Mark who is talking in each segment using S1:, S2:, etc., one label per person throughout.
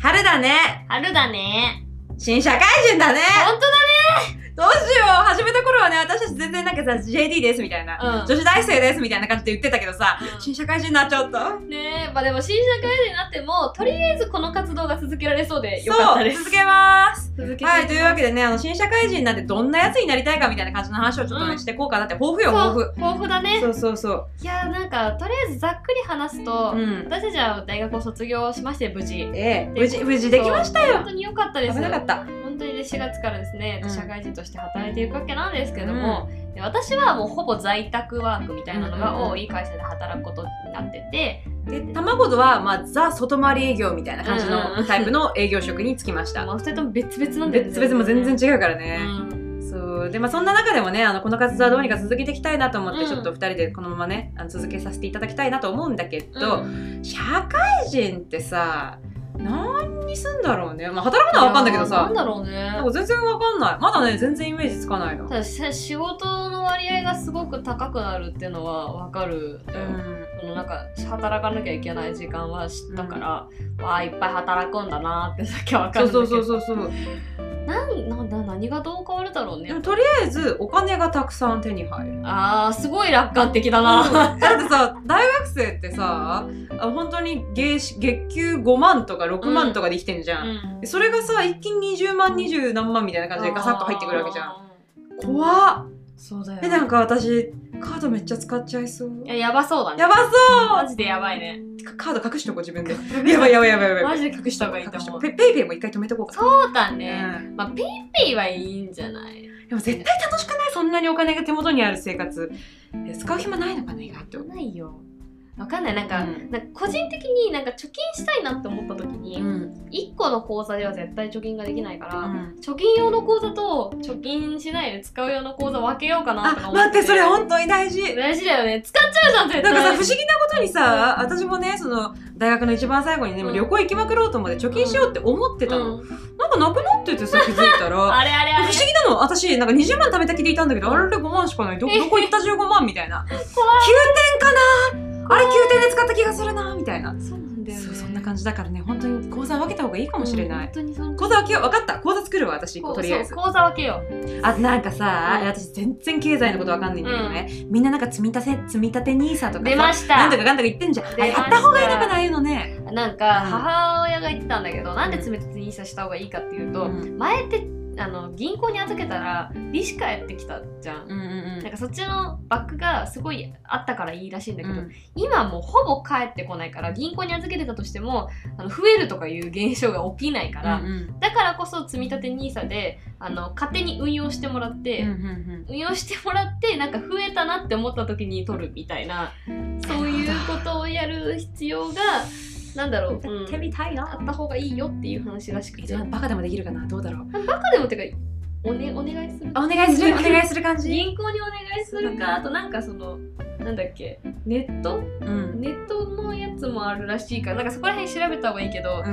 S1: 春だね
S2: 春だね。
S1: 新社会人だね
S2: ほんと
S1: どうしよう始めた頃はね、私たち全然なんかさ、JD ですみたいな、
S2: だ
S1: 女子大生ですみたいな感じで言ってたけどさ、
S2: うん
S1: 新社会人になっちゃった。
S2: うん。ねえ、まあでも新社会人になっても、とりあえずこの活動が続けられそうでよかった
S1: そう、
S2: です。
S1: 続けます。
S2: 続けて
S1: はい、というわけでね、あの、新社会人なんてどんなやつになりたいかみたいな感じの話をちょっとね、
S2: うん
S1: していこうかなって、抱負よ、抱
S2: 豊富
S1: 負。
S2: 豊富だね。
S1: そうそうそう。
S2: いやーなんか、とりあえずざっくり話すと、
S1: うん。
S2: 私たちは大学を卒業しまして、無事。
S1: ええ、無事、無事できましたよ
S2: 本。当に良かったで
S1: 危
S2: す。
S1: なかった。
S2: 本当にね4月からですね、
S1: うん
S2: 社会人として働いていくわけなんですけども、で私はもうほぼ在宅ワークみたいなのが多い会社で働くことになってて、
S1: で、卵とは、まあ、ザ外回り営業みたいな感じ
S2: うんう
S1: の
S2: ん
S1: タイプの営業職に就きました。
S2: まあ、2人とも別々なんです
S1: 別々も全然違うからね。
S2: うん
S1: そうでまあそんな中でもねあのこの活動はどうにか続けていきたいなと思って、
S2: うん
S1: ちょっと2人でこのままねあの続けさせていただきたいなと思うんだけ
S2: う
S1: ど、
S2: ん
S1: 社会人ってさ何にすんだろうね、まあ、働くのは分かんだけど
S2: いやーな
S1: さ
S2: んだろう
S1: なんか
S2: ね
S1: 全然分かんないまだね全然イメージつかないの。
S2: ただし仕事の割合がすごく高くなるっていうのはわかる、
S1: うん
S2: そのなんか働かなきゃいけない時間は知ったから、わあいっぱい働くんだなーってだけわか
S1: そ
S2: る
S1: うん
S2: だけど
S1: そうそうそうそう
S2: なんなんだ何がどう変わるだろう
S1: で
S2: ね
S1: もとりあえずお金がたくさん手に入る
S2: あーすごい楽観的だな
S1: だってさ大学生ってさあの本当に月月給5万とか6万とかで生きてんじゃん、
S2: うん
S1: それがさ一気に20万20何万みたいな感じでガサッと入ってくるわけじゃん
S2: あ
S1: 怖っ
S2: ーそうだよ
S1: えなんか私カードめっちゃ使っちゃいそう
S2: いややばそうだね
S1: やばそう
S2: マジでやばいね
S1: かカード隠しとこう自分でやばいやばいやばいやばい
S2: マジで隠した方がいいと思う
S1: ペペイペイも一回止めとこうか
S2: そうだ
S1: う
S2: ね、
S1: ん
S2: まあペイペイはいいんじゃない
S1: でも絶対楽しくないそんなにお金が手元にある生活え使う暇ないのかな意外と
S2: ないよわかんないなんか,、
S1: うん
S2: なんか個人的になんか貯金したいなって思った時
S1: う
S2: に、
S1: ん
S2: 一1個の口座では絶対貯金ができないから、
S1: あ
S2: 貯金用の口座と貯金しないで使う用の口座分けようかなとか思っ
S1: 待
S2: て
S1: ってそれ本当に大事
S2: 大事だよね使っちゃうじゃん絶
S1: な
S2: 対
S1: んかさ不思議なことにさ私もねその大学の一番最後にね、
S2: うん
S1: 旅行行きまくろうと思って貯金しようって思ってたの、
S2: うん
S1: なんかなくなっててさ気づいたら
S2: あれあれあ
S1: 不
S2: れ
S1: 思議なの私なんか20万貯めたきでいたんだけどあれ5万しかないどどこ行った15万みたいな9点かなあれ9点で使った気がするなみたいな、
S2: そうなんだよね
S1: そうそんな感じだからね本当に口座分けた方がいいかもしれな
S2: う
S1: い、
S2: ん本当にその
S1: 口座分けよう分かった口座作るわ私
S2: そう
S1: とりあえず
S2: そう口座分けよう
S1: あとなんかさ、
S2: うん
S1: 私全然経済のこと分かんないんだけどね、みんななんか積み立て積み立て NISA とか
S2: 出
S1: さ
S2: ました
S1: なんとかかんとか言ってんじゃんあれ
S2: 出ました
S1: やった方がいいのかなああいうのね、
S2: なんか母親が言ってたんだけど、なんで積み立て NISA した方がいいかっていうと、
S1: うん
S2: 前ってあの銀行に預けたら利子返ってきたじゃん、
S1: うんうん
S2: なんかそっちのバックがすごいあったからいいらしいんだけ
S1: う
S2: ど、
S1: ん
S2: 今もうほぼ返ってこないから銀行に預けてたとしてもあの増えるとかいう現象が起きないから、
S1: うん
S2: だからこそ積み立て NISA であの勝手に運用してもらって、
S1: うんうん
S2: 運用してもらってなんか増えたなって思った時に取るみたいなそういうことをやる必要がなんだろう、
S1: うん
S2: う
S1: やって
S2: ん、
S1: みたいな
S2: あった方がいいよっていう話らしくてバ
S1: バカでもできるかなどうだろう
S2: カでもてかお,、ね、お願いする
S1: お願いするお願いする感じ、
S2: 銀行にお願いするかあとなんかそのなんだっけネット
S1: うん
S2: ネットのやつもあるらしいからなんかそこら辺調べた方がいいけど
S1: う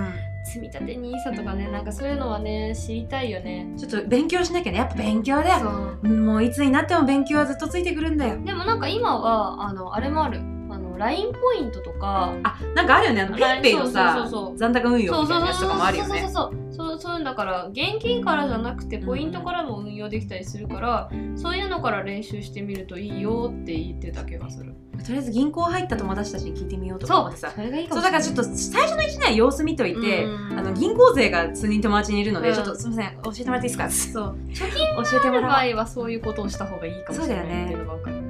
S2: 積み立て NISA とかねなんかそういうのはね知りたいよね
S1: ん、ちょっと勉強しなきゃねやっぱ勉強だよ
S2: そう
S1: もういつになっても勉強はずっとついてくるんだよ
S2: でもなんか今はあのあれもあるあの LINE ポイントとか
S1: あなんかあるよねあのペイペイのさ
S2: そうそうそうそう
S1: 残高運用
S2: そう
S1: みた
S2: そ
S1: いうなやつとかもあるよね
S2: そうそうそうそうそうだから現金からじゃなくてポイントからも運用できたりするから、そういうのから練習してみるといいよって言ってた気がする
S1: とりあえず銀行入った友達たちに聞いてみようとか
S2: そ
S1: 思っ
S2: う
S1: てさ
S2: れがいい
S1: そうだからちょっと最初の1年様子見といて、
S2: うん
S1: あの銀行勢が数人友達にいるので、
S2: うん
S1: ちょっとすみません教えてもらっていいですか
S2: そう貯金
S1: 教えて
S2: あ
S1: も
S2: る場
S1: ら
S2: 合はそういうことをした方がいいかもしれないっていうのが分かる
S1: おう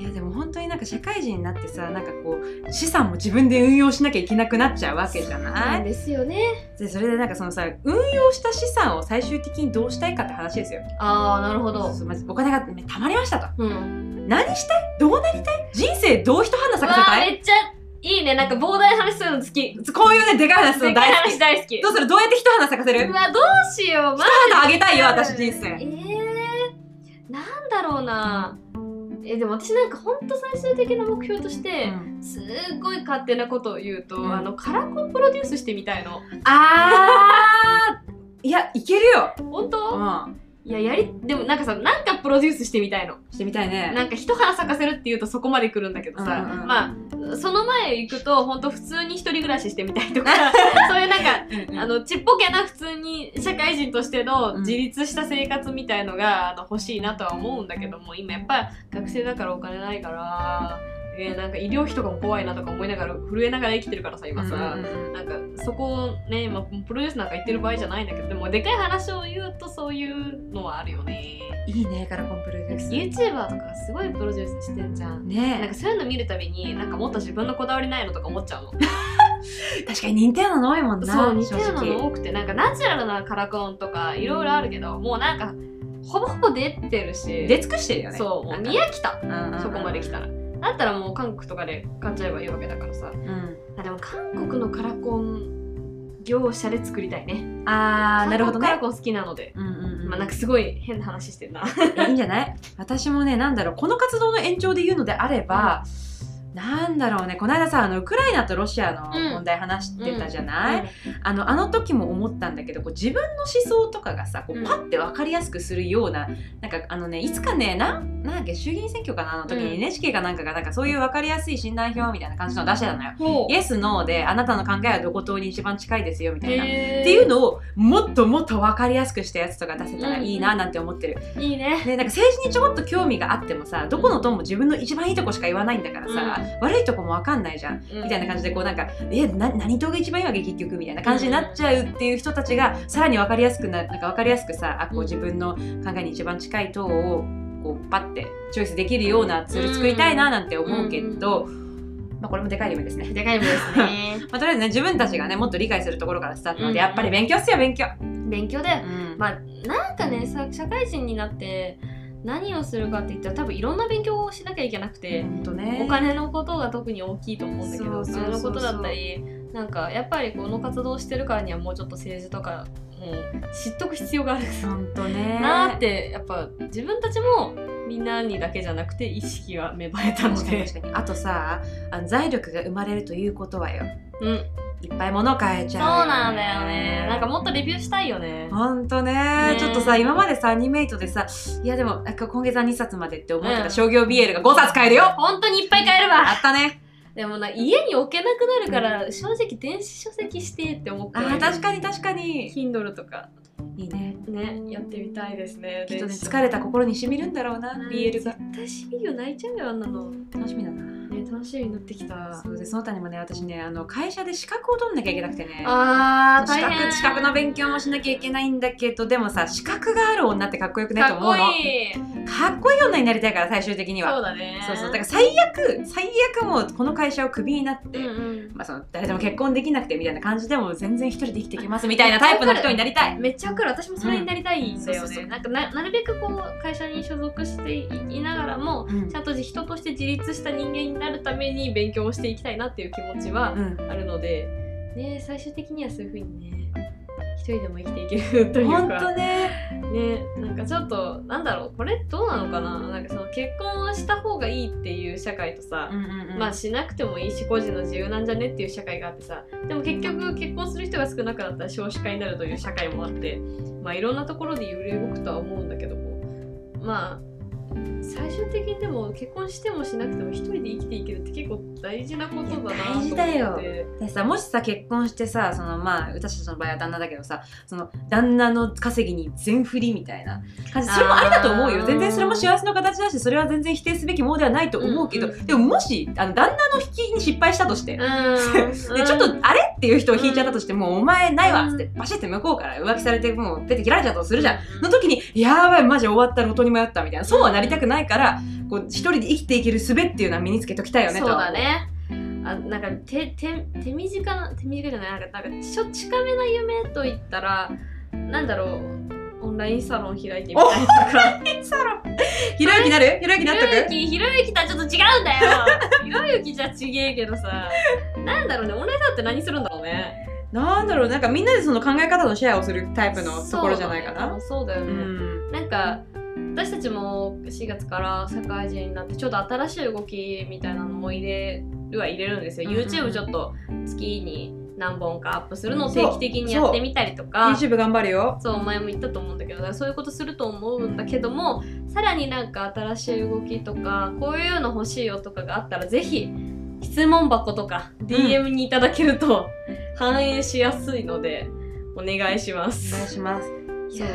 S1: いやでも本当になんか社会人になってさなんかこう資産も自分で運用しなきゃいけなくなっちゃうわけじゃない
S2: なんですよね
S1: でそれでなんかそのさ運用した資産を最終的にどうしたいかって話ですよ。
S2: ああなるほど
S1: そうまずお金がね貯まりましたと。
S2: うん
S1: 何したいどうなりたい人生どう一花
S2: う
S1: 咲
S2: わ
S1: かせ
S2: ー
S1: た
S2: め
S1: い
S2: っちゃいいねなんか膨大な話するの好き
S1: こういうねでかい話する
S2: で
S1: の
S2: かい
S1: 大好
S2: 話
S1: き。
S2: 大好き
S1: どうするどうやって一花咲かせ
S2: う
S1: る
S2: わどうしようマ
S1: 一花あげたいよ私人
S2: え
S1: 生。
S2: ー、なんだろうなえでも私なんかほんと最終的な目標として、すっごい勝手なことを言うと、
S1: うん
S2: あのカラコンプロデュースしてみたいの
S1: あーいやいけるよ。
S2: 本
S1: う
S2: 当、
S1: ん。
S2: いややりでもなんかさなんかプロデュースしてみたいの
S1: してみたいね。
S2: なんか一花咲かせるっていうとそこまで来るんだけどさ、
S1: うんうん
S2: まあその前行くと本当普通に一人暮らししてみたい とかそういうなんかあ
S1: の、
S2: のちっぽけな普通に社会人としての自立した生活みたいのが、あの欲しいなとは思うんだけども今やっぱ学生だからお金ないから、えーなんか医療費とかも怖いなとか思いながら震えながら生きてるからさ今さ。
S1: うんうん
S2: なんかそこをね、まあ、プロデュースなんか言ってる場合じゃないんだけどでもでかい話を言うとそういうのはあるよね
S1: いいね、ガラコンプロデュース。
S2: YouTuber とかすごいプロデュースしてんじゃん
S1: ね
S2: なんかそういうの見るたびになんかもっと自分のこだわりないのとか思っちゃう の
S1: 確かに似てるの多いもんな。
S2: そう似てる
S1: 正直
S2: の多くてなんかナチュラルなカラコンとかいろいろあるけどもうなんかほぼほぼ出てるし
S1: 出尽くしてるよね。
S2: そうも
S1: な
S2: うん
S1: か
S2: 見飽きた
S1: うんうんうん
S2: そこまで来たらだったらもう韓国とかで買っちゃえばいいわけだからさ
S1: うん。
S2: あでも韓国のカラコン業者で作りたいね
S1: あー、なるほど
S2: 韓
S1: ね。
S2: 国カラコン好きなので
S1: うんうんうん
S2: まあなんかすごい変な話してるな
S1: いいんじゃない 私もね、なんだろう、この活動の延長で言うのであれば、なんだろうね、この間さ、あの、ウクライナとロシアの
S2: うん
S1: 問題話してたじゃない、あの、あの時も思ったんだけど、こう自分の思想とかがさ、こ
S2: う
S1: うんパッて分かりやすくするような、なんかあのね、いつかね、なん、なんだっけ、衆議院選挙かな、あの時
S2: うん
S1: に NHK かなんかが、なんかそういう分かりやすい診断票みたいな感じのを出してたのよ。
S2: ほ
S1: イエス、ノーで、あなたの考えはどことに一番近いですよ、みたいな。
S2: へー
S1: っていうのをもっともっと分かりやすくしたやつとか出せたらいいななんて思ってる、
S2: いいね
S1: ね、なんか政治にちょこっと興味があってもさどこの党も自分の一番いいとこしか言わないんだからさ、悪いとこも分かんないじゃんみたいな感じでこうなんか「えな何党が一番いいわけ結局」みたいな感じになっちゃうっていう人たちがさらに分かりやすくななんか分かりやすくさあこう
S2: うん
S1: 自分の考えに一番近い党をこうパッてチョイスできるようなツール作りたいななんて思うけど、まあ、これもでかい夢ですね。
S2: でかいもんで すね
S1: まあ、とりあえずね自分たちがねもっと理解するところからスタートなので、
S2: うん
S1: やっぱり勉強っすよ勉強。
S2: 勉強だよ
S1: うん
S2: まあなんかねさ社会人になって何をするかって言ったら多分いろんな勉強をしなきゃいけなくて、
S1: ほんとね
S2: お金のことが特に大きいと思うんだけど
S1: そう
S2: そ
S1: そう
S2: れ
S1: そうそう
S2: のことだったりなんかやっぱりこの活動をしてるからにはもうちょっと政治とかもう知っとく必要がある
S1: ほんとね
S2: なーってやっぱ自分たちもみんなにだけじゃなくて意識が芽生えたの
S1: 確かに
S2: で、
S1: 確かにあとさあの財力が生まれるということはよ
S2: うん、そう
S1: いっぱい物を買えちゃう
S2: なんだよねなんかもっとレビューしたいよね
S1: ほんとね
S2: ね
S1: ちょっとさ今までさアニメイトでさいやでもなんか今月は2冊までって思って
S2: う
S1: た
S2: ん
S1: 商業 BL が5冊買えるよ
S2: 本当にいっぱい買えるわ
S1: あったね
S2: でもな家に置けなくなるから正直電子書籍してって思って
S1: あー確かに確かに
S2: Kindle とか
S1: いいね
S2: ねやってみたいですね
S1: きっとね
S2: 電子書
S1: 疲れた心にしみるんだろうな
S2: うん
S1: BL が
S2: 絶対しみるよ泣いちゃうよあんなの、ね、
S1: 楽しみだな
S2: 楽しみになってきた
S1: そうでその他にもね私ねあの会社で資格を取んなきゃいけなくてね
S2: あー
S1: 資
S2: 大変
S1: 格資格の勉強もしなきゃいけないんだけどでもさ資格がある女ってかっこよくねと
S2: かっ
S1: 思う
S2: こ
S1: の
S2: いいそ
S1: かっこいい女になりたいから最終的には
S2: うだね
S1: そうそうだから最悪最悪もうこの会社をクビになって、
S2: うん
S1: まあ、その誰でも結婚できなくてみたいな感じでも全然一人で生きてきますみたいなタイプの人になりた
S2: う
S1: い
S2: んめっちゃわかる私もそれになりたいんだよ
S1: うんそうそうそ
S2: ね
S1: う
S2: なんかななるべくこう会社に所属していいながらも
S1: うん
S2: ちゃんと人として自立した人間になるために勉強をしていきたいなっていう気持ちは
S1: うん
S2: あるので、ね、最終的にはそういうふうにね一人でも生きていけるという
S1: 本
S2: か
S1: 当ね
S2: ねなんかちょっとなんだろうこれどうなのかななんかその結婚をした方がいいっていう社会とさ、まあしなくてもいいし個人の自由なんじゃねっていう社会があってさでも結局結婚する人が少なくなったら少子化になるという社会もあってまあいろんなところで揺れ動くとは思うんだけどもまあ最終的にでも結婚してもしなくても一人で生きていけるって結構大事なことだなと思って
S1: いや大事だよでさもしさ結婚してさそのまあ私たちの場合は旦那だけどさその旦那の稼ぎに全振りみたいな感じそれもありだと思う
S2: あ
S1: よ
S2: ー
S1: 全然それも幸せの形だしそれは全然否定すべきものではないと思うけど、
S2: うんうん
S1: でももしあの旦那の引きに失敗したとして、
S2: う ん
S1: でちょっと
S2: うん
S1: あれっていう人を引いちゃったとして、もうお前ないわっつってバシって向こうから浮気されてもう出て切られちゃったとするじゃん。の時にやばいマジ終わった路頭に迷ったみたいなそうはなりたくないからこう一人で生きていける術っていうのは身につけときたいよね
S2: そ
S1: と
S2: う
S1: は
S2: だねあなんか手手手短な手短じゃないなんかなんかちょ近めな夢と言ったらなんだろうオンラインサロン開いてみたいとか
S1: ひろゆきになるひろゆきになっと
S2: ひろゆ
S1: く
S2: きひろゆきとはちょっと違うんだよ ひろゆきじゃちげえけどさなんだろうねオンラインサロンって何するんだろうね
S1: なんだろうなんかみんなでその考え方のシェアをするタイプのところじゃないかな。
S2: そうだねそうだよ
S1: う
S2: ね、
S1: ん
S2: なんか私たちも4月から社会人になってちょっと新しい動きみたいなのも入れるは入れるんですよ、
S1: うんうん
S2: YouTube ちょっと月に何本かアップするのを
S1: そう
S2: 定期的にやってみたりとか
S1: YouTube 頑張れよ
S2: そうお前も言ったと思うんだけどだからそういうことすると思うんだけどもさらになんか新しい動きとかこういうの欲しいよとかがあったらぜひ質問箱とか DM にいただけると反映しやすいのでお願いしま
S1: お願い
S2: す。
S1: します
S2: そう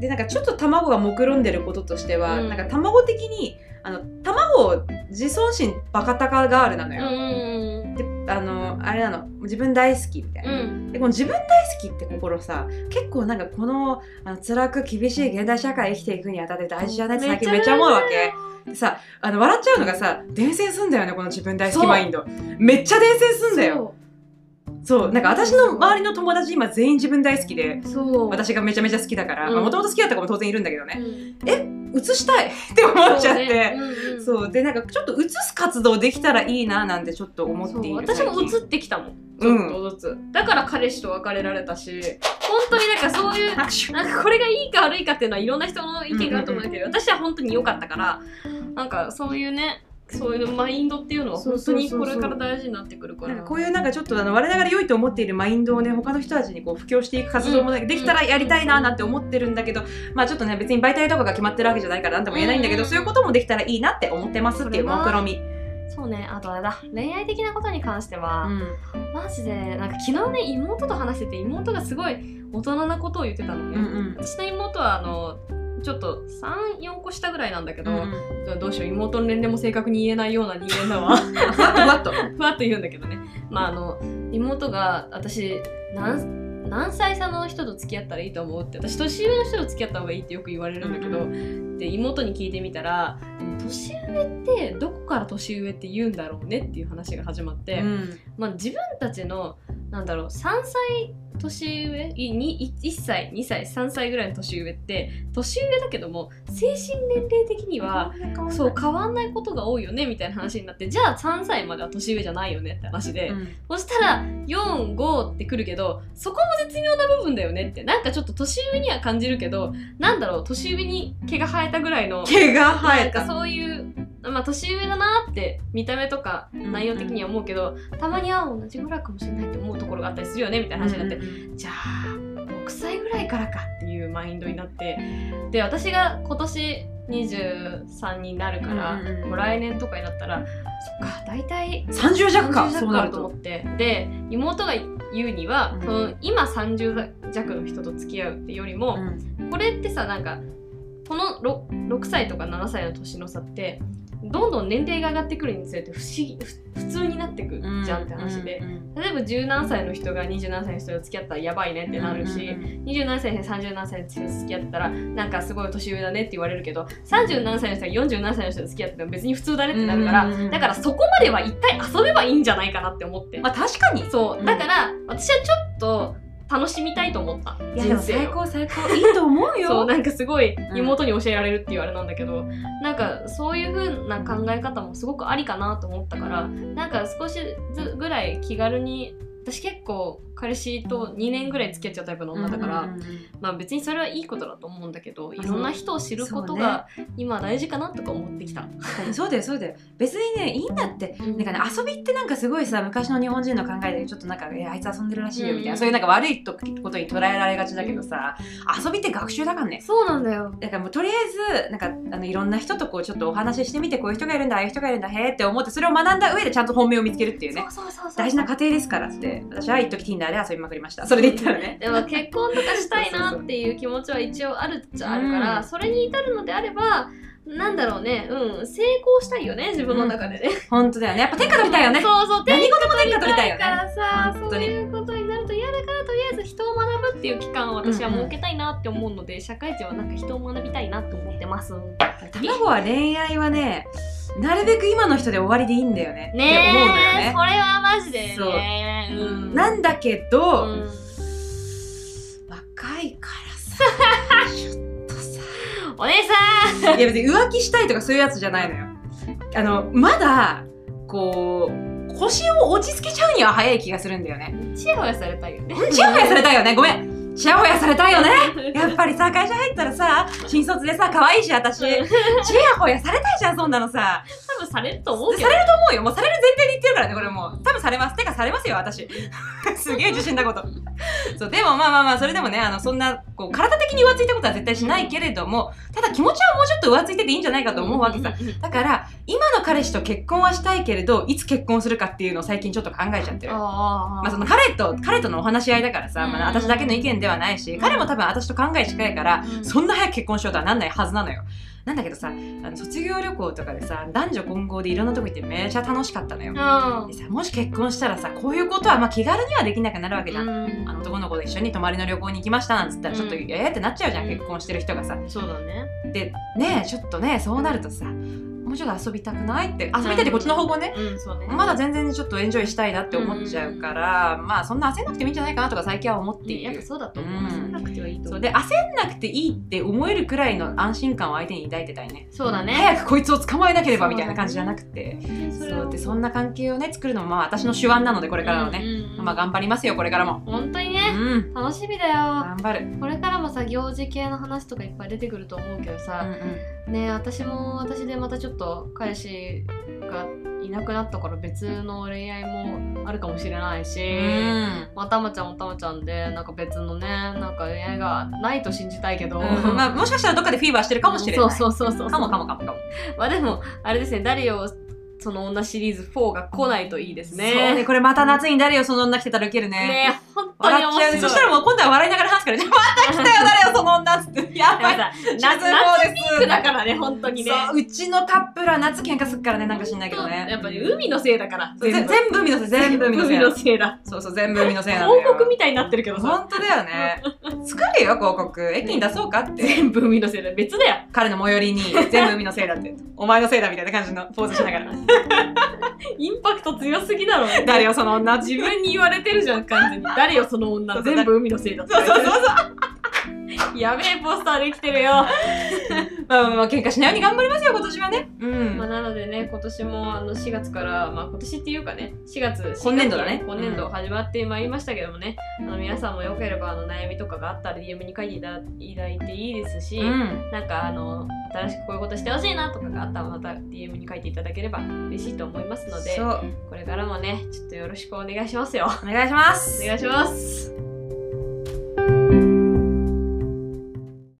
S1: でなんかちょっと卵が目論んでることとしては、
S2: うん
S1: なんか卵的にあの卵自尊心バカ高ガールなの
S2: うんう
S1: よ、
S2: ん
S1: であのあれなの自分大好きみたいな、
S2: うん
S1: でこの自分大好きって心さ結構なんかこのあの辛く厳しい現代社会生きていくにあたって大事じゃないって最近めっちゃ思うわけ。でさあの笑っちゃうのがさ伝染すんだよねこの自分大好きマインドめっちゃ伝染すんだよそうなんか私の周りの友達今全員自分大好きで
S2: そうそう
S1: 私がめちゃめちゃ好きだから
S2: うん
S1: もともと好きだった子も当然いるんだけどね
S2: うん
S1: 移したい って思っちゃって
S2: そうねうんうん
S1: そうでなんかちょっと移す活動できたらいいななんてちょっと思
S2: そ
S1: っ
S2: う
S1: ている
S2: 私も
S1: 最
S2: 移
S1: 近
S2: ってきたもんち
S1: う
S2: ょ
S1: ん
S2: っとずつ、だから彼氏と別れられたし本当になんかそういう
S1: 拍手
S2: なんかこれがいいか悪いかっていうのはいろんな人の意見があると思うんだけど、私は本当に良かったからなんかそういうねそういうマインドっていうのは本当にこれから大事になってくる
S1: な
S2: から
S1: んかこういうなんかちょっとあの我ながら良いと思っているマインドをね他の人たちにこう布教していく活動もねできたらやりたいななんて思ってるんだけどまあちょっとね別に媒体とかが決まってるわけじゃないからなんとも言えないんだけど
S2: うん
S1: そういうこともできたらいいなって思ってますっていう
S2: それは
S1: 目論み。
S2: そうねあとあれだ恋愛的なことに関しては、
S1: うん
S2: マジでなんか昨日ね妹と話してて妹がすごい大人なことを言ってたのね、
S1: うんうん
S2: 私の妹はあのちょっと34個下ぐらいなんだけど、
S1: うん
S2: どうしよう妹の年齢も正確に言えないような人 間だわ
S1: ふわっとふわっと。
S2: ふわっと言うんだけどねまああの妹が私何何歳差の人と付き合ったらいいと思うって私年上の人と付き合った方がいいってよく言われるんだけど、
S1: う
S2: で妹に聞いてみたら年上ってどこから年上って言うんだろうねっていう話が始まって、
S1: うん
S2: まあ、自分たちのなんだろう3歳年上いにい1歳2歳3歳ぐらいの年上って年上だけども精神年齢的にはそう変わんないことが多いよねみたいな話になってじゃあ3歳までは年上じゃないよねって話で、
S1: うん
S2: そしたら45ってくるけどそこも絶妙な部分だよねってなんかちょっと年上には感じるけどなんだろう年上に毛が生えたぐらいの
S1: 毛が生え
S2: なん
S1: た。
S2: かそういう、まあ、年上だなって見た目とか
S1: ん
S2: 内容的には思うけど、たまには同じぐらいかもしれないって思うところがあったりするよねみたいな話になって、
S1: うん
S2: じゃあ6歳ぐらいからかっていうマインドになってで私が今年23になるから、
S1: うんうんうん
S2: もう来年とかになったらそっか大体
S1: 30弱か
S2: 30
S1: そう
S2: 弱
S1: な
S2: あ
S1: る
S2: ると
S1: と
S2: 思ってで妹が言うには、
S1: うん
S2: その今30弱の人と付き合うってよりも、
S1: うん
S2: これってさなんかこの 6, 6歳とか7歳の年の差ってどんどん年齢が上がってくるにつれて不思議ふ普通になってくじゃんって話で、
S1: うんうん
S2: 例えば10何歳の人が20何歳の人と付き合ったらやばいねってなるし、
S1: うんうん
S2: 20何歳で30何歳の人と付き合ったらなんかすごい年上だねって言われるけど30何歳の人が40何歳の人と付き合ってても別に普通だねってなるから、
S1: うんうんうん
S2: だからそこまでは一体遊べばいいんじゃないかなって思って、
S1: まあ確かに。
S2: そううんだから私はちょっと楽しみたいと思った
S1: いやで
S2: 人
S1: も
S2: 生
S1: 最
S2: を。
S1: 高最高いいと思う
S2: そう
S1: よ。
S2: なんかすごい妹に教えられるっていうあれなんだけど、なんかそういう風な考え方もすごくありかなと思ったからなんか少しずぐらい気軽に私結構彼氏と2年ぐらい付き合っちゃうタイプの女だから、
S1: うんうんうん
S2: まあ別にそれはいいことだと思うんだけどい
S1: そう
S2: ろんな人を知ることが今大事かなとか思ってきた。
S1: 確かにそうだよそうだよ別にねいいんだってなんかね遊びってなんかすごいさ昔の日本人の考えでちょっとなんか、えあいつ遊んでるらしいよみたいな、
S2: うん
S1: そういうなんか悪いとことに捉えられがちだけどさ遊びって学習だからね
S2: そうなんだよ
S1: だからもうとりあえずなんかあのいろんな人とこうちょっとお話ししてみてこういう人がいるんだああいう人がいるんだへえって思ってそれを学んだ上でちゃんと本命を見つけるっていうね
S2: そうそうそうそう
S1: 大事な過程ですからって私は一時 Tinder で遊びまくりましたそれで言ったらね
S2: でも結婚とかしたいなっていう気持ちは一応あるっちゃあるから、
S1: うん
S2: それに至るのであればなんだろうねうん成功したいよね自分の中でね、
S1: 本当だよねやっぱ天下取りたいよね
S2: そうそう
S1: 何事も天下取りたいよ
S2: だか
S1: ね
S2: らさ、
S1: 本
S2: そ
S1: 当
S2: う
S1: に
S2: いうことになると嫌だからとりあえず人を学ぶっていう期間を私は
S1: うんうん
S2: 設けたいなって思うので、社会人はなんか人を学びたいなと思ってます
S1: 卵は恋愛はねなるべく今の人で終わりでいいんだよねって思うの
S2: ね
S1: よ
S2: え、
S1: ね
S2: それはマジでねう、ん、
S1: なんだけど、
S2: うん
S1: 若いからさちょっとさ
S2: お姉さ
S1: いや別に浮気したいとかそういうやつじゃないのよあのまだこう腰を落ち着けちゃうには早い気がするんだよね
S2: んチヤホヤされたいよね
S1: チヤホヤされたいよねごめんチヤホヤされたいよね やっぱりさ会社入ったらさ新卒でさ可愛いし私チヤホヤされたいじゃんそんなのさ
S2: 多分されると思う
S1: で
S2: け
S1: さ
S2: ど
S1: れると思うよもうされる前提で言ってるからねこれもう多分されますてかされますよ私 すげえ自信なこと。そう、でもまあまあまあ、それでもね、あの、そんな、こう、体的に浮ついたことは絶対しないけれども、ただ気持ちはもうちょっと浮ついてていいんじゃないかと思うわけさ。
S2: ん
S1: だから、今の彼氏と結婚はしたいけれど、いつ結婚するかっていうのを最近ちょっと考えちゃってる。
S2: あ
S1: ま
S2: ー
S1: あ、その彼と、彼とのお話し合いだからさ、まあ、
S2: うん
S1: 私だけの意見ではないし、彼も多分私と考え近いから、
S2: うん
S1: そんな早く結婚しようとはなんないはずなのよ。なんだけどさ、あの卒業旅行とかでさ、男女混合でいろんなとこ行ってめちゃ楽しかったのよ。
S2: うん
S1: でさもし結婚したらさこういうことはまあ気軽にはできなくなるわけじゃん、
S2: うん
S1: あの男の子と一緒に泊まりの旅行に行きましたなんつったらちょっと
S2: うん
S1: ええってなっちゃうじゃん、
S2: うん
S1: 結婚してる人がさ
S2: そうだね。
S1: でねえちょっとねそうなるとさもうちょっと遊びたくないって遊びたいってこっちの方向ね、
S2: うん、そうね。
S1: まだ全然ちょっとエンジョイしたいなって思っちゃうから、まあそんな焦んなくてもいいんじゃないかなとか最近は思って
S2: ね
S1: い
S2: やっぱ
S1: る、
S2: そうだと思う。
S1: うん
S2: 焦んなくてはいいと
S1: そ
S2: 思
S1: う
S2: う。
S1: で焦んなくていいって思えるくらいの安心感を相手に抱いてたいね
S2: そうだね。
S1: 早くこいつを捕まえなければみたいな感じじゃなくてそ
S2: れは
S1: うでそんな関係をね作るのもまあ私の手腕なのでこれからのね、
S2: うんうん
S1: まあ頑張りますよこれからも。
S2: 本当に
S1: う
S2: ね、
S1: ん。
S2: 楽しみだよ。
S1: 頑張る。
S2: これからもさ、行事系の話とかいっぱい出てくると思うけど
S1: うんう
S2: さ、
S1: ん。
S2: ねえ私も私でまたちょっと彼氏がいなくなったから別の恋愛もあるかもしれないし、
S1: うん
S2: まあたまちゃんもたまちゃんで、なんか別のね、なんか恋愛がないと信じたいけど、
S1: まあもしかしたらどっかでフィーバーしてるかもしれない。
S2: そうそうそうそう。
S1: かもかもかもかも。
S2: まあでも、あれですね、ダリオ、その女シリーズ4が来ないといいですね。
S1: そうねこれまた夏に誰よその女来てたらウケるね。
S2: ねえ、本当
S1: 笑
S2: に
S1: っちゃ
S2: 面
S1: う
S2: 白
S1: ね。
S2: い。
S1: そしたらもう今度は笑いながら話すからね、ま た来たよ誰よその女っつって。やばい。
S2: やばい
S1: 夏
S2: な
S1: 夏望です。
S2: 夏だからね、本当にね。
S1: そううちのカップルは夏喧嘩するからねなんか知んないけどね。
S2: やっぱり海のせいだから。
S1: そうぜ全部海のせい全部海のせい
S2: 海。のせいだ。
S1: そうそう全部海のせいなの
S2: 広
S1: よ。
S2: 告みたいになってるけどさ。
S1: 本当だよね。作るよ広告。駅に出そうかって。
S2: 全部海のせいだ。別だよ。
S1: 彼の最寄りに全部海のせいだってお前のせいだみたいな感じのポーズしながら
S2: インパクト強す ぎだろ。
S1: 誰よその女
S2: 自分に言われてるじゃん、完全に。誰よ、その女。
S1: そうそう
S2: 全部海のせいだって言われてる。やべえ、ポスターできてるよ。
S1: まあまあまあ喧嘩しないように頑張りますよ今年はねうん
S2: まあ、なのでね今年もあの4月から、まあ、今年っていうかね4月
S1: 今年度だね
S2: 今年度始まってまいりましたけどもね、あの皆さんもよければあの悩みとかがあったら DM に書いていただいていいですし、
S1: うん
S2: なんかあの新しくこういうことしてほしいなとかがあったらまた DM に書いていただければ嬉しいと思いますので
S1: そう
S2: これからもねちょっとよろしくお願いしますよ
S1: お願いします
S2: お願いします